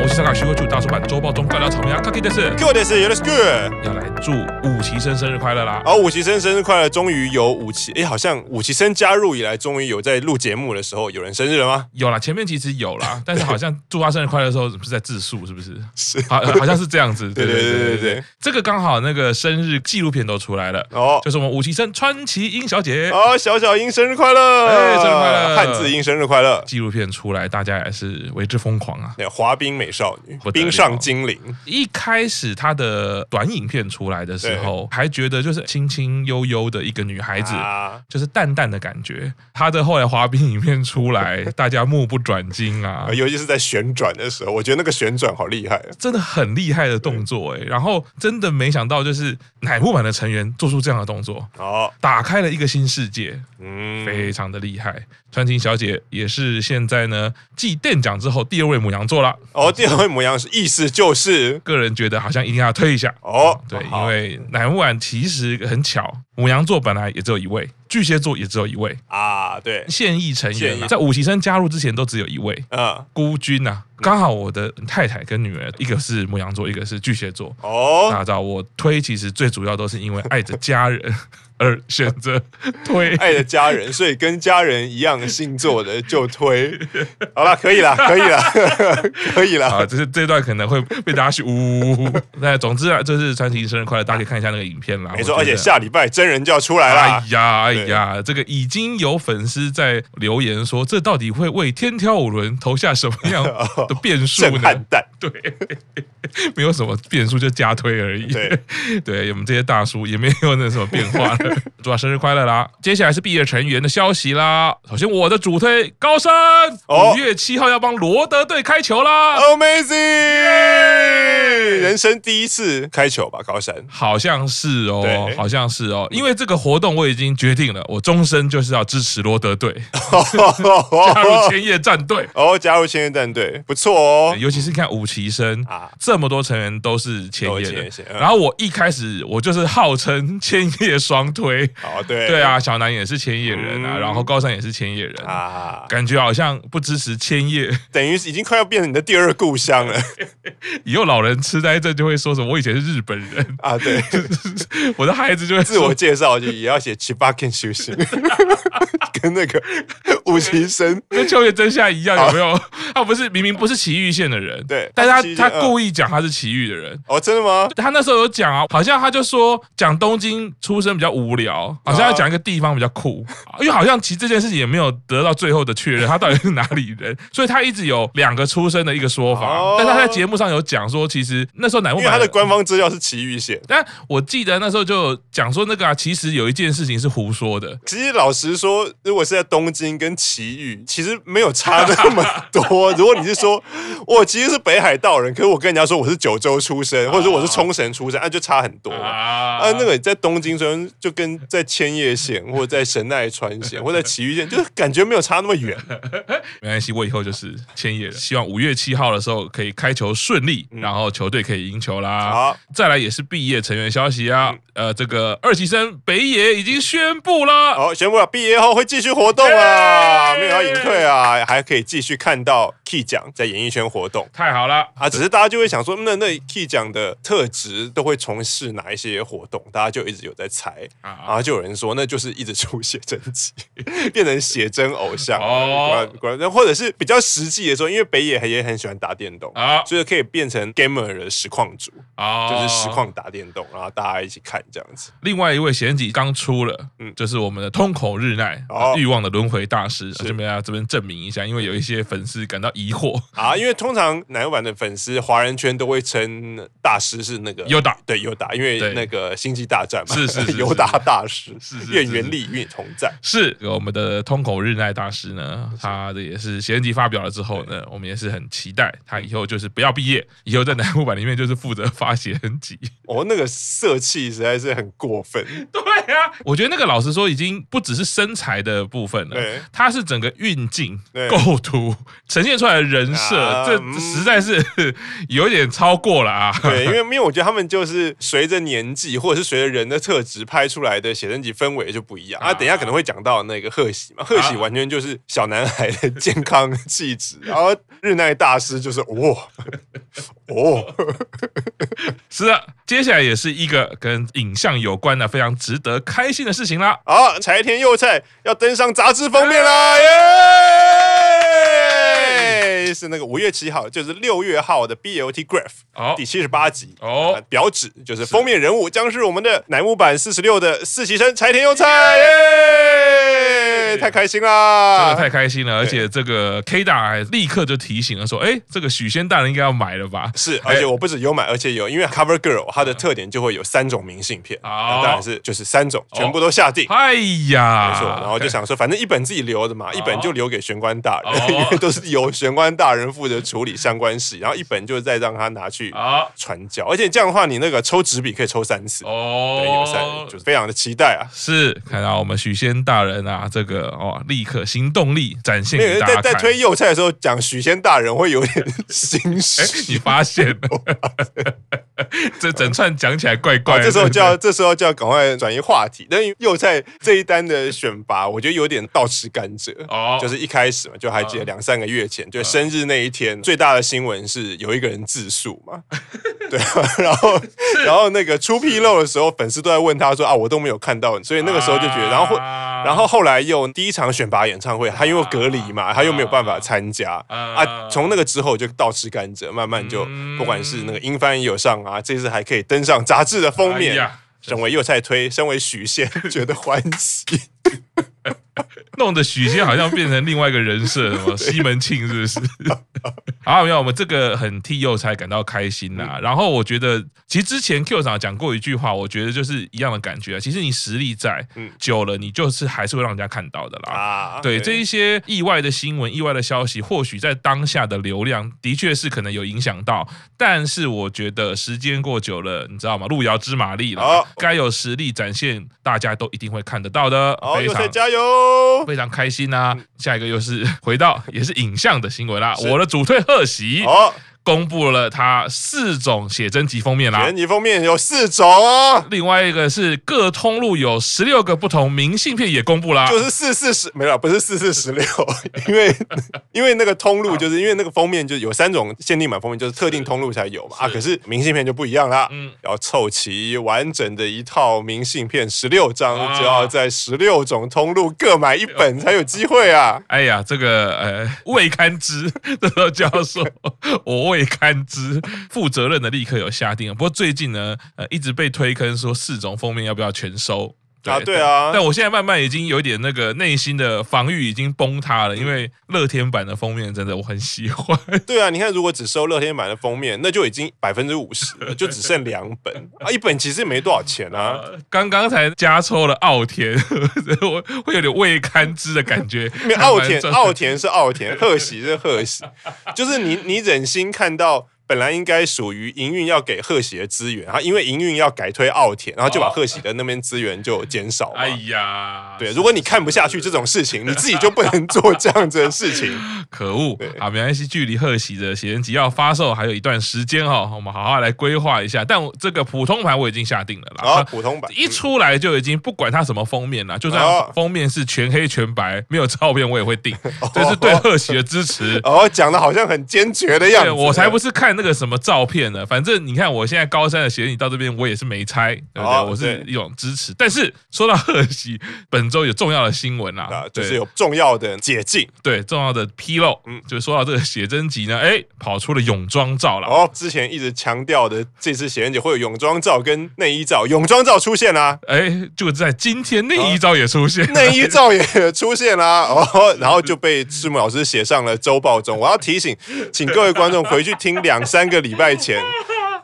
我是香港徐汇处大叔版周报中尬聊草莓啊 k a k i 是 Q 的是 y o u r s good。要来祝武奇生生日快乐啦！好，武奇生生日快乐！终于有武奇，哎，好像武奇生加入以来，终于有在录节目的时候有人生日了吗？有啦，前面其实有 啦，但是好像祝他生日快乐的时候是在自述，是不是？是好，好像是这样子。对 对对对对对对对对，这个刚好那个生日纪录片都出来了， 哦就是我们武奇生川崎英小姐哦，小小英生日快乐！哎生日快乐汉字英生日快乐！纪录片出来，大家也是为之疯狂啊！那滑冰美少女不，得了冰上精灵，一开始她的短影片出来的时候，还觉得就是清清悠悠的一个女孩子，啊，就是淡淡的感觉。她的后来滑冰影片出 来，大家目不转睛啊，尤其是在旋转的时候，我觉得那个旋转好厉害啊。真的很厉害的动作哎、然后真的没想到，就是乃木坂的成员做出这样的动作，哦，打开了一个新世界，嗯，非常的厉害。川崎小姐也是现在呢继店长之后第二位母羊座啦。哦，第二位模样是意思就是个人觉得好像一定要推一下。哦，对，因好为乃木坂其实很巧，母羊座本来也只有一位，巨蟹座也只有一位，啊，对，现役成员现啊、役在武崎生加入之前都只有一位嗯，孤军呐、啊。刚好我的太太跟女儿，一个是母羊座，一个是巨蟹座。大哦，家知道我推，其实最主要都是因为爱着家人 而选择推。爱的家人，所以跟家人一样星座的就推。 好啦，可以啦， 可以啦，可以啦。啊，就是这段可能会被大家去呜呜呜。呜那总之啊，就是川崎生日快乐，大家可以看一下那个影片啦。没错，我而觉得且下礼拜真人就要出来啦哎。呀哎对呀，这个已经有粉丝在留言说，这到底会为天挑五轮投下什么样 哦的变数震呢撼？弹， 对，没有什么变数，就加推而已。对， 对，我们这些大叔也没有那什么变化 了。祝他生日快乐啦！接下来是毕业成员的消息啦。首先，我的主推高山，哦五月七号要帮罗德队开球啦。 Amazing！人生第一次开球吧，高山。好像是哦对，好像是哦，因为这个活动我已经决定了，我终身就是要支持罗德队，加入千叶战队。 哦，加入千叶战队，不错哦。尤其是看五旗生啊这么多成员都是千都叶是千叶的县，嗯然后我一开始我就是号称千叶双推，哦，对，对啊，小南也是千叶人啊，嗯然后高山也是千叶人，啊，感觉好像不支持千叶，等于是已经快要变成你的第二故乡了以后老人痴呆症就会说什么我以前是日本人， 啊。对，我的孩子就会自说我介绍就也要写 Chibakin 修行，跟那个武崎生 跟秋叶真夏一样，有没有？ 他不是明明不是崎玉县的人，啊对但他是是崎玉他他县故意讲他是崎玉的人。哦，真的吗？他那时候有讲啊，好像他就说讲东京出生比较无聊，啊好像要讲一个地方比较酷，因为好像其实这件事情也没有得到最后的确认，他到底是哪里人， 所以他一直有两个出生的一个说法。哦但是他在节目上有讲说，其实那时候乃木因为坂他的官方资料是奇遇县。但我记得那时候就有讲说那个啊，其实有一件事情是胡说的，其实老实说，如果是在东京跟奇遇，其实没有差那么多。如果你是说我其实是北海道人，可是我跟人家说我是九州出生，或者说我是冲绳出生，那、就差很多。啊，啊那个在东京出生，就跟在千叶县，或者在神奈川县，或者在埼玉县，就是感觉没有差那么远。没关系，我以后就是千叶人。希望五月七号的时候可以开球顺利，然后球队可以赢球啦。嗯好，再来也是毕业成员消息啊，嗯呃，这个二期生北野已经宣布了，好，宣布了，毕业后会继续活动啊，耶没有要隐退啊，还可以继续看到 Key 奖在演艺圈活动。太好了。啊，只是大家就会想说，那那 Key 奖的特质都会从事哪一些活动？大家就一直有在猜，啊然后就有人说，那就是一直出写真集， 变成写真偶像。哦果然果然，或者是比较实际的说，因为北野也很喜欢打电动，啊所以可以变成 gamer 的实况主，啊就是实。况打电动，然后大家一起看这样子。另外一位贤吉刚出了，嗯就是我们的通口日奈，哦欲望的轮回大师，这边要这边证明一下，因为有一些粉丝感到疑惑。啊，因为通常男版的粉丝，华人圈都会称大师是那个优打对优打，因为对那个星际大战嘛，是是是 是优打大师，是是是愿是原力与你同在。是这个我们的通口日奈大师呢，他的也是写真集发表了之后呢，我们也是很期待他以后就是不要毕业，以后在南木版里面就是负责发写真集。 哦，那个色气实在是很过分，对呀、我觉得那个老实说，已经不只是身材的部分了对，它是整个运镜对、构图呈现出来的人设，啊这嗯实在是 有点超过了啊。 对，因为因为我觉得他们就是随着年纪或者是随着人的特质拍出来的写真集氛围就不一样啊。等一下可能会讲到那个贺喜嘛，贺喜完全就是小男孩的健康气质，然后日奈大师就是哦哦，是的，接下来也是一个跟影像有关的非常值得开心的事情啦。好，柴田佑菜要登上杂志封面啦，耶、是那个五月七号，就是六月号的 BLT Graph 哦第七十八集哦呃表纸就是封面人物将是我们的乃木坂四十六的四期生柴田佑菜，耶、太开心真啦！的太开心了，而且这个 K 大还立刻就提醒了说：“哎，这个许仙大人应该要买了吧？”是，而且我不止有买，而且有，因为 Cover Girl 它的特点就会有三种明信片，好那当然是就是三种全部都下定，哎呀，没错，然后就想说，反正一本自己留的嘛，一本就留给玄关大哦人， 因为都是由玄关大人负责处理相关事，然后一本就再让他拿去好传教，而且这样的话，你那个抽纸笔可以抽三次，对，有哦三，，就是非常的期待啊。是看到我们许仙大人啊，这个哦，立刻行动力展现没给有大在家在看。推幼菜的时候讲许仙大人会有点心哎，虚，你发现了？ 这整串讲起来怪怪啊，的。这时候就对要不这时候就要赶快转移话题。但幼菜这一单的选拔，我觉得有点倒吃甘蔗。对哦，嗯就是一开始嘛，就还记得两三个月前，就生日那一天，最大的新闻是有一个人自述嘛， 对，啊然后然后那个出纰漏的时候，粉丝都在问他说啊，我都没有看到你，所以那个时候就觉得，然后会，啊然后后来又第一场选拔演唱会，他因为隔离嘛，他又没有办法参加呃啊，从那个之后就倒吃甘蔗，慢慢就嗯不管是那个英翻也有上啊，这次还可以登上杂志的封哎面呀。身为右菜推，身为许仙，觉得欢 喜。弄得许仙好像变成另外一个人设，什么 西门庆是不是？ 好，没有，我们这个很替幼才感到开心啦、嗯然后我觉得，其实之前 Q 长讲过一句话，我觉得就是一样的感觉啊。其实你实力在，嗯久了你就是还是会让人家看到的啦。啊，对这一些意外的新闻、意外的消息，或许在当下的流量的确是可能有影响到，但是我觉得时间过久了，你知道吗？路遥知马力了好，该有实力展现，大家都一定会看得到的。好，非右常菜加油！非常开心啊！下一个又是回到也是影像的新闻啦，嗯是我的主推贺喜好，公布了它四种写真集封面啦全。集封面有四种哦，另外一个是各通路有十六个不同明信片也公布啦， 就是四四十没了，不是四四十六， 因为因为那个通路就是因为那个封面就有三种限定版封面，就是特定通路才有嘛啊，可是明信片就不一样啦，嗯要凑齐完整的一套明信片十六张，啊就要在十六种通路各买一本才有机会啊。哎呀，这个呃 未堪知，这时候就要 说我未堪知，负责任的立刻有下定了。不过最近呢，呃，一直被推坑说四种封面要不要全收。啊对啊但但我现在慢慢已经有点那个内心的防御已经崩塌了，嗯因为乐天版的封面真的我很喜欢，对啊，你看如果只收乐天版的封面，那就已经百分之五十了，就只剩两本啊，一本其实也没多少钱啊。 刚刚才加抽了奥田， 我会有点未堪知的感觉。没有奥田还，蛮奥田是奥田， 贺喜是贺喜，就是你你忍心看到本来应该属于营运要给贺喜的资源，然后因为营运要改推奥田，然后就把哦贺喜的那边资源就减少嘛哎。呀，对，如果你看不下去这种 事情，你自己就不能做这样子的事情。可恶对啊！没关系，距离贺喜的写真集要发售还有一段时间哈、哦，我们好好来规划一下。但我这个普通盘我已经下定了然后啦。啊普通版一出来就已经不管它什么封面了，就算哦封面是全黑全白，没有照片我也会 定，这是对贺喜的支持。哦，讲的好像很坚决的样对，子。我才不是看那个什么照片呢，反正你看我现在高三的写真集到这边我也是没拆，对不对？哦我是对一种支持。但是说到贺喜，本周有重要的新闻啦，啊，就对是有重要的解禁对重要的纰漏，嗯嗯，就是说到这个写真集呢，哎，跑出了泳装照了。哦。之前一直强调的，这次写真节会有泳装照跟内衣照，泳装照出现啦、哎，就在今天内衣照也出现， 内衣照也出现啦、 哦，然后就被赤木老 师写上了周报中。我要提醒，请各位观众回去听两三个礼拜前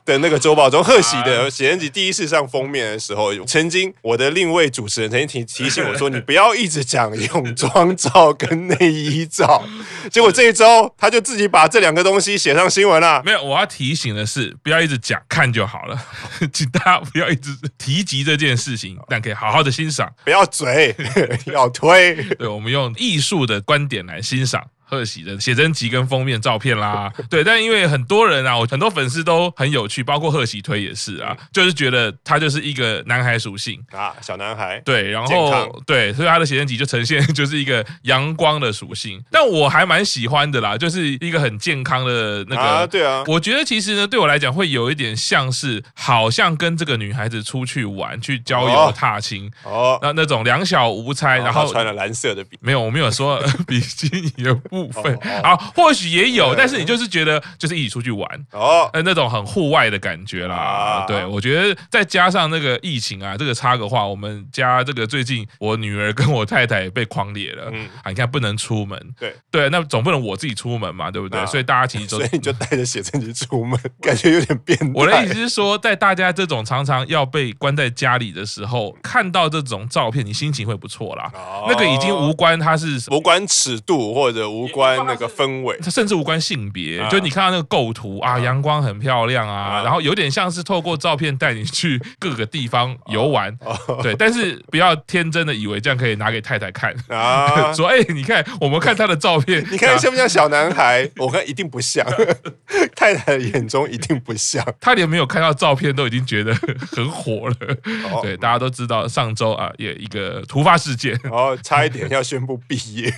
的那个周报中，贺喜的写真集第一次上封面的时候，曾经我的另一位主持人曾经提提醒我说，你不要一直讲泳装照跟内衣照。 结果这一周他就自己把这两个东西写上新闻啊了。 没有，我要提醒的是，不要一直讲看就好了， 请大家不要一直提及这件事哦情，但可以好好的欣赏。不要嘴， 要推。对，我们用艺术的观点来欣赏。贺喜的写真集跟封面照片 啦，对，但因为很多人啊，我很多粉丝都很有趣，包括贺喜推也是嗯啊，就是觉得他就是一个男孩属性，啊，小男孩，对，然健康后对，所以他的写真集就呈现 就是一个阳光的属性，但我还蛮喜欢的啦，就是一个很健康的那个。啊，对啊，我觉得其实呢，对我来讲会有一点像是，好像跟这个女孩子出去玩、去郊游、哦踏青，哦，那那种两小无猜，然然后后穿了蓝色的笔，没有，我没有 说比基尼的部分哦哦好，或许也有，对嗯但是你就是觉得就是一起出去玩，哦，呃，那种很户外的感觉啦啊。对，我觉得再加上那个疫情啊，这个插个话，我们家这个最近我女儿跟我太太也被框裂了，嗯啊，你看不能出门，对对，那总不能我自己出门嘛，对不对？啊所以大家 其实都所以你就带着写真集出门，感觉有点变态。我的意思是说，在大家这种常常要被关在家里的时候，看到这种照片，你心情会不错啦。哦那个已经无关它是什么。无关尺度或者无关那个氛 围，它甚至无关性别，啊就你看到那个构图啊，阳光很漂亮啊，啊然后有点像是透过照片带你去各个地方游玩，哦对，但是不要天真的以为这样可以拿给太太看，，啊说哎、你看我们看她的照片， 你看啊像不像小男孩？我看一定 不像，太太的眼中一定不像。她连没有看到照片都已经觉得很火了，哦对，大家都知道上周啊也一个突发事件， 然后差一点要宣布毕业，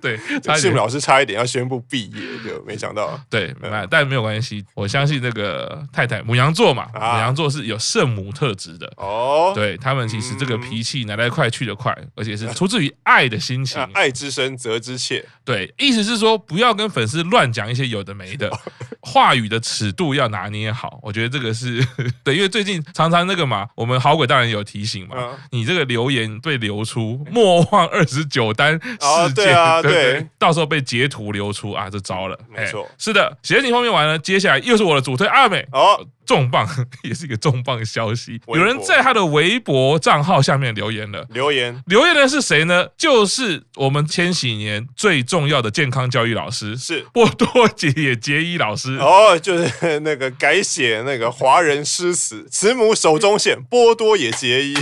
对，差一谢点母老师差一点要宣布毕业，就没想到对，那但没有关系，我相信那个太太母羊座嘛，啊母羊座是有圣母特质的，哦。嗯对他们其实这个脾气来得快去得快，而且是出自于爱的心情啊。爱之深，责之切。对，意思是说不要跟粉丝乱讲一些有的没 的，话语的尺度要拿捏好。我觉得这个是 对，因为最近常常那个嘛，我们好鬼大人有提醒嘛嗯，你这个留言被流出，莫忘二十九单哦事对件，啊不对到时候被截图流出啊，这糟了。没错哎是的，写你封面完了，接下来又是我的主推阿美。哦，重磅， 也是一个重磅消息。微博有人在他的微博账号下面留言了。留言留言的是谁呢？就是我们千禧年最重要的健康教育老师，是波多姐野结衣老师。 哦，就是那个改写那个华人诗词，慈母手中线，波多野结衣。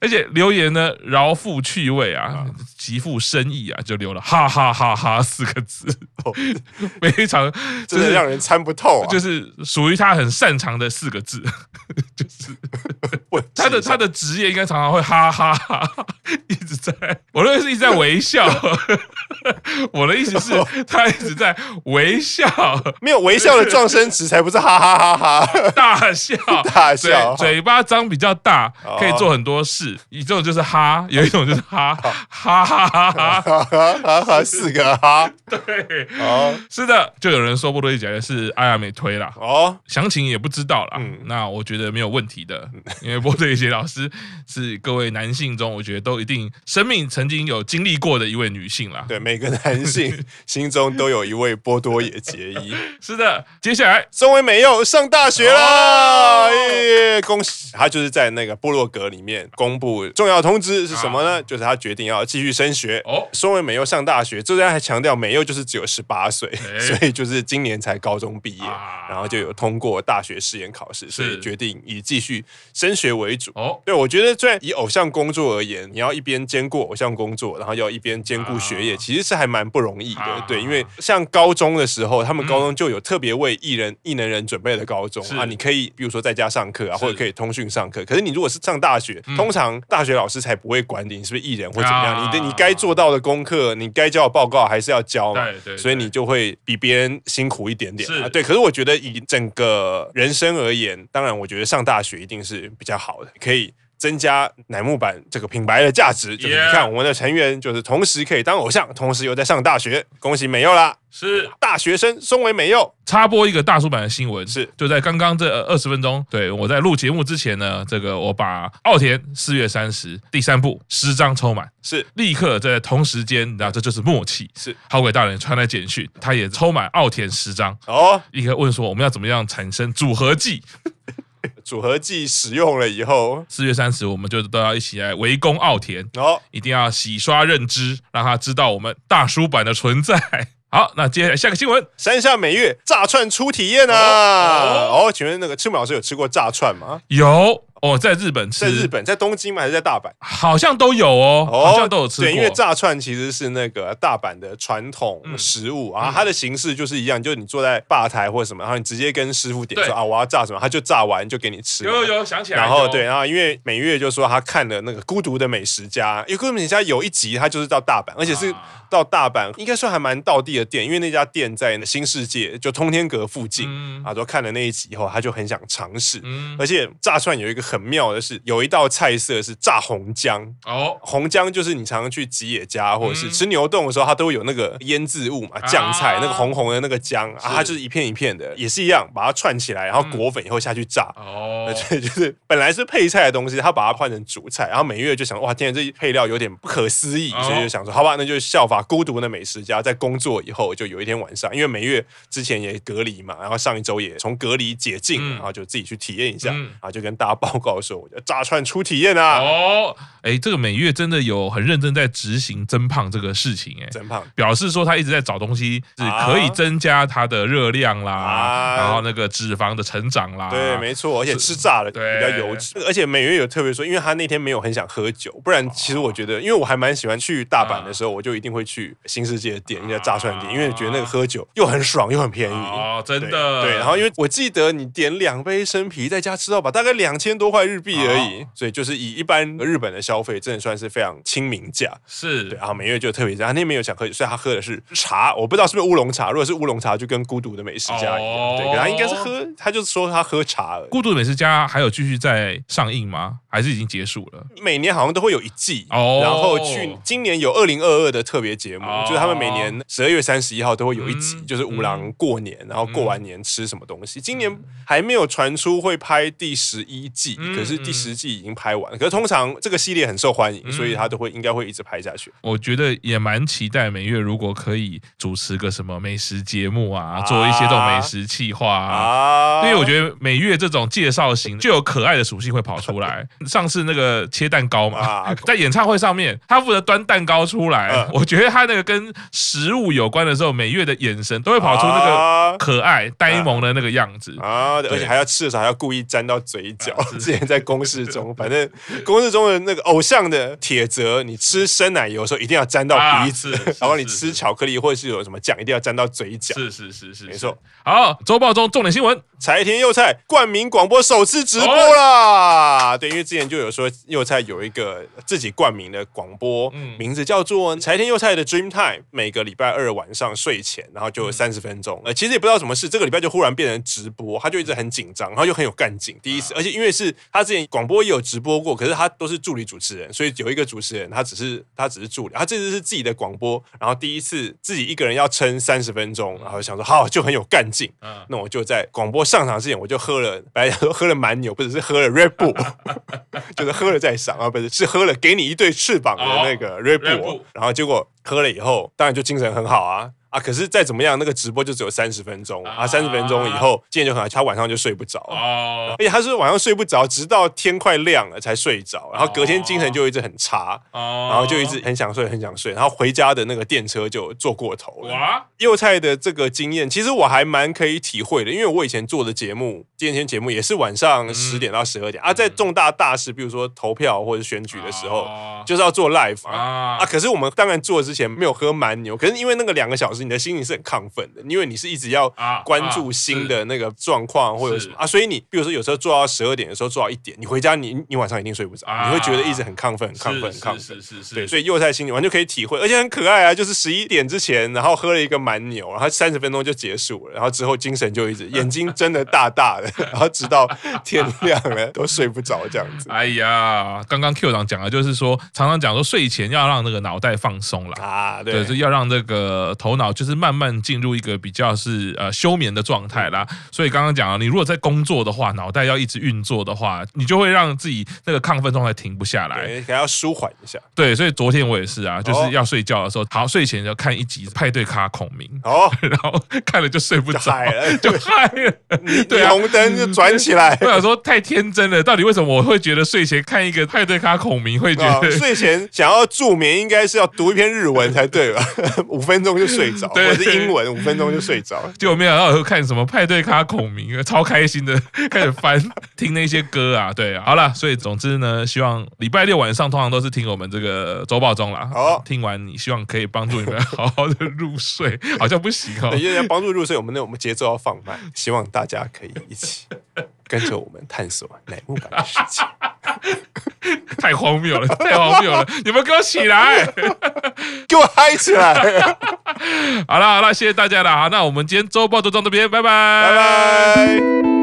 而且留言呢，饶富趣味啊啊，极富深意啊，就留了哈哈哈哈四个字，哦 非常 就真的是让人参不透啊！就是属于他很擅长的四个字。我他的他的职业应该常常会哈哈哈哈，一直在，我认为是一直在微 笑。我的意思是，他一直在微笑、没有微笑的撞声词才不是哈哈哈哈大笑、 大笑嘴嘴巴张比较大哦，可以做很多事。一种就是哈，有一种就是哈哈哈哈哈。哈哈哈哈四个哈对，哦 是的，就有人说波多野结衣是阿亚美推啦。哦详情也不知道啦。嗯那我觉得没有问题的，因为波特野结老 师是各位男性中，我觉得都一定生命曾经有经历过的一位女性啦。对，每个男性心中都有一位波多野结衣。是的，接下来身为美柚上大学啦，哦耶！恭喜他就是在那个部落格里面公布重要通知是什么呢？就是他决定要继续升学。啊哦身为美柚上大学，这边还强调美柚就是只有十八岁哎， 所以就是今年才高中毕业啊，然后就有通过大学试验考试，所以是决定以继续升学为主。哦，对，我觉得虽然以偶像工作而言，你要一边兼顾偶像工作，然后要一边兼顾学业，啊其实是还蛮不容易的。啊嗯对，因为像高中的时候，他们高中就有特别为艺人、艺能人准备的高中是啊，你可以比如说在家上课是啊，嗯或者可以通讯上课。可是你如果是上大学，通常大学老师才不会管你是不是艺人或怎么样，啊你的你该做到的功课，你该交的报告还是要交嘛。对对对所以你就会比别人辛苦一点点啊。是对，可是我觉得以整个人生而言，当然我觉得上大学一定是比较好的，可以。增加乃木坂这个品牌的价值。就是你 Yeah 看我们的成员就是同时可以当偶像，同时又在上大学，恭喜美佑啦！是大学生松尾美佑，插播一个大叔版的新闻，是就在刚刚这呃二十分钟，对我在录节目之前呢，这个我把奥田四月三十第三部十张抽满，是立刻在同时间，然后这就是默契。是好鬼大人传来简讯，他也抽满奥田十张，哦，立刻问说我们要怎么样产生组合技？组合技使用了以后，四月三十我们就都要一起来围攻奥田，哦，一定要洗刷认知，让他知道我们大叔版的存在。好，那接下来下个新闻，山下美月炸串初体验啊！哦，请问那个赤木老师有吃过炸串吗？有哦，在日本吃，在日本，在东京吗？还是在大阪？好像都有哦，哦，好像都有吃过。对，因为炸串其实是那个大阪的传统嗯食物啊，它的形式就是一样，就是你坐在吧台或者什么，然后你直接跟师傅点对说啊，我要炸什么，他就炸完就给你吃。有有有，想起来。然后有对，，然后因为美月就说她看了那个《孤独的美食家》，因为《孤独的美食家》有一集她就是到大阪，而且是啊到大阪应该算还蛮道地的店，因为那家店在新世界，就通天阁附近。嗯啊，都看了那一集以后，她就很想尝试。嗯，而且炸串有一个很妙的是，有一道菜色是炸红姜，哦，红姜就是你常常去吉野家或者是嗯吃牛冻的时候，它都会有那个腌制物嘛，啊酱菜那个红红的那个姜啊，是嗯它就是一片一片的，也是一样，把它串起来，然后裹粉以后下去炸。 哦，对，就是本来是配菜的东西，他把它换成主菜，然后美月就想，哇，天啊，这配料有点不可思议，哦所以就想说，好吧，那就效法孤独的美食家，在工作以后，就有一天晚上，因为美月之前也隔离嘛，然后上一周也从隔离解禁，嗯然后就自己去体验一下，嗯然后就跟大家报告说，我就炸串出体验啊，哦，哎，这个美月真的有很认真在执行增胖这个事情，哎。真胖。表示说他一直在找东西是可以啊增加他的热量啦，啊然后那个脂肪的成长啦，对，没错，而且吃炸了比啊对较油脂，而且美月有特别说，因为他那天没有很想喝酒，不然其实我觉哦得，因为我还蛮喜欢去大阪嗯的时候，我就一定会去新世界的店，一家炸串店，因为觉得那个喝酒又很爽又很便宜。啊哦，真对的对，然后因为我记得你点两杯生啤，在家吃到饱，大概两千多块日币而已，哦所以就是以一般日本的消费，真的算是非常亲民价。是对，然后美月就特别这样，他那天没有想喝酒，所以他喝的是茶，我不知道是不是乌龙茶。如果是乌龙茶，就跟孤独的美食家一样，哦对，可他应该是喝，他就说他喝茶而已《孤独的美食家》还有继续在上映吗？还是已经结束了？每年好像都会有一季，哦然后去今年有二零二二的特别节目，哦就是他们每年十二月三十一号都会有一集，嗯就是五郎过年，然后过完年吃什么东西。今年还没有传出会拍第十一季，嗯可是第十季已经拍完了。可是通常这个系列很受欢迎，嗯所以他都会应该会一直拍下去。我觉得也蛮期待每月如果可以主持个什么美食节目啊，啊做一些这种美食企划啊。啊因为我觉得每月这种介绍型就有可爱的属性会跑出 来。上次那个切蛋糕嘛，啊 在演唱会上面，他负责端蛋糕出来。嗯我觉得他那个跟食物有关的时候，每月的眼神都会跑出那个啊可爱、呆萌的那个样子。啊，对而对且还要吃的时候还要故意沾到嘴角。 啊是之前在公式中，反正公式中的那个偶像的铁则，你吃生奶油的时候一定要沾到啊鼻子，是是然后你是吃是巧克力或者是有什么酱，一定要沾到嘴角。是是是是，没错。好，周报中重点新闻，柴田佑菜冠名广播首次直播啦！对，因为之前就有说佑菜有一个自己冠名的广播，嗯名字叫做柴田佑菜的 Dream Time，每个礼拜二晚上睡前，然后就三十分钟。呃，其实也不知道什么事，这个礼拜就忽然变成直播，他就一直很紧张，然后就很有干劲。第一次，而且因为是他之前广播也有直播过，可是他都是助理主持人，所以有一个主持人他只是他只是助理，他这次是自己的广播，然后第一次自己一个人要撑三十分钟，然后想说好就很有干劲，嗯，那我就在广播上场之前，我就喝了，本来想说喝了蛮牛，不只是喝了 Red Bull，就是喝了再上啊，不是是喝了给你一对翅膀的那个 Red Red Bull，、 Bull 然后结果喝了以后，当然就精神很好啊啊！可是再怎么样，那个直播就只有三十分钟啊，啊三十分钟以后，今天就很好，他晚上就睡不着。哦而且他是晚上睡不着，直到天快亮了才睡着，然后隔天精神就一直很差，哦，然后就一直很想睡，很想睡，然后回家的那个电车就坐过头了。哇，幼菜的这个经验，其实我还蛮可以体会的，因为我以前做的节目，电天节目也是晚嗯上十点到十二点、啊，在重大大事，比如说投票或者选举的时候，哦就是要做 live 啊。啊啊，可是我们当然做之前没有喝蛮牛，可是因为那个两个小时，你的心情是很亢奋的，因为你是一直要啊关啊注新是的那个状况或者什么是啊，所以你比如说有时候做到十二点的时候做到一点，你回家你你晚上一定睡不着，啊你会觉得一直很亢奋、很亢奋、很是亢奋。是是是，对，是所以幼菜心理完全可以体会，而且很可爱啊！就是十一点之前，然后喝了一个蛮牛，然后三十分钟就结束了，然后之后精神就 一直眼睛睁得大大的，然后直到天亮了都睡不着这样 子哎呀，刚刚 Q 长讲的就是说，常常讲说睡前要让那个脑袋放松啦。啊。对对，，就要让这个头脑就是慢慢进入一个比较是呃休眠的状态啦。嗯所以刚刚讲了，你如果在工作的话，脑袋要一直运作的话，你就会让自己那个亢奋状态停不下来。对，可能要舒缓一下。对，所以昨天我也是啊，就哦是要睡觉的时候，好睡前要看一集《派对咖孔明 哦，》，然后看了就睡不就着嗨，了， 就嗨 了。你对啊你红灯就转起来。我想说太天真了，到底为什么我会觉得睡前看一个派 对咖孔明会觉啊得？， 睡前想要助眠，应该是要读一篇日文才对吧？ 五分钟就睡着，或对者是英文五分钟就睡着。结果没想到我看什么派对咖孔明，超开心的，开始翻听那些歌啊， 对啊，好啦，所以总之呢，希望礼拜六晚上通常都是听我们这个周报中啦。好听完你希望可以帮助你们好好的入睡， 好像不行哦对，。因为要帮助入睡，我们那我们节奏要放慢，希望大家可以一起跟着我们探索乃木坂的世界。太荒谬了，太荒谬了！ 你们给我起来！给我嗨起来！好啦好啦，谢谢大家啦。好，那我们今天周报就到这边，拜拜拜拜。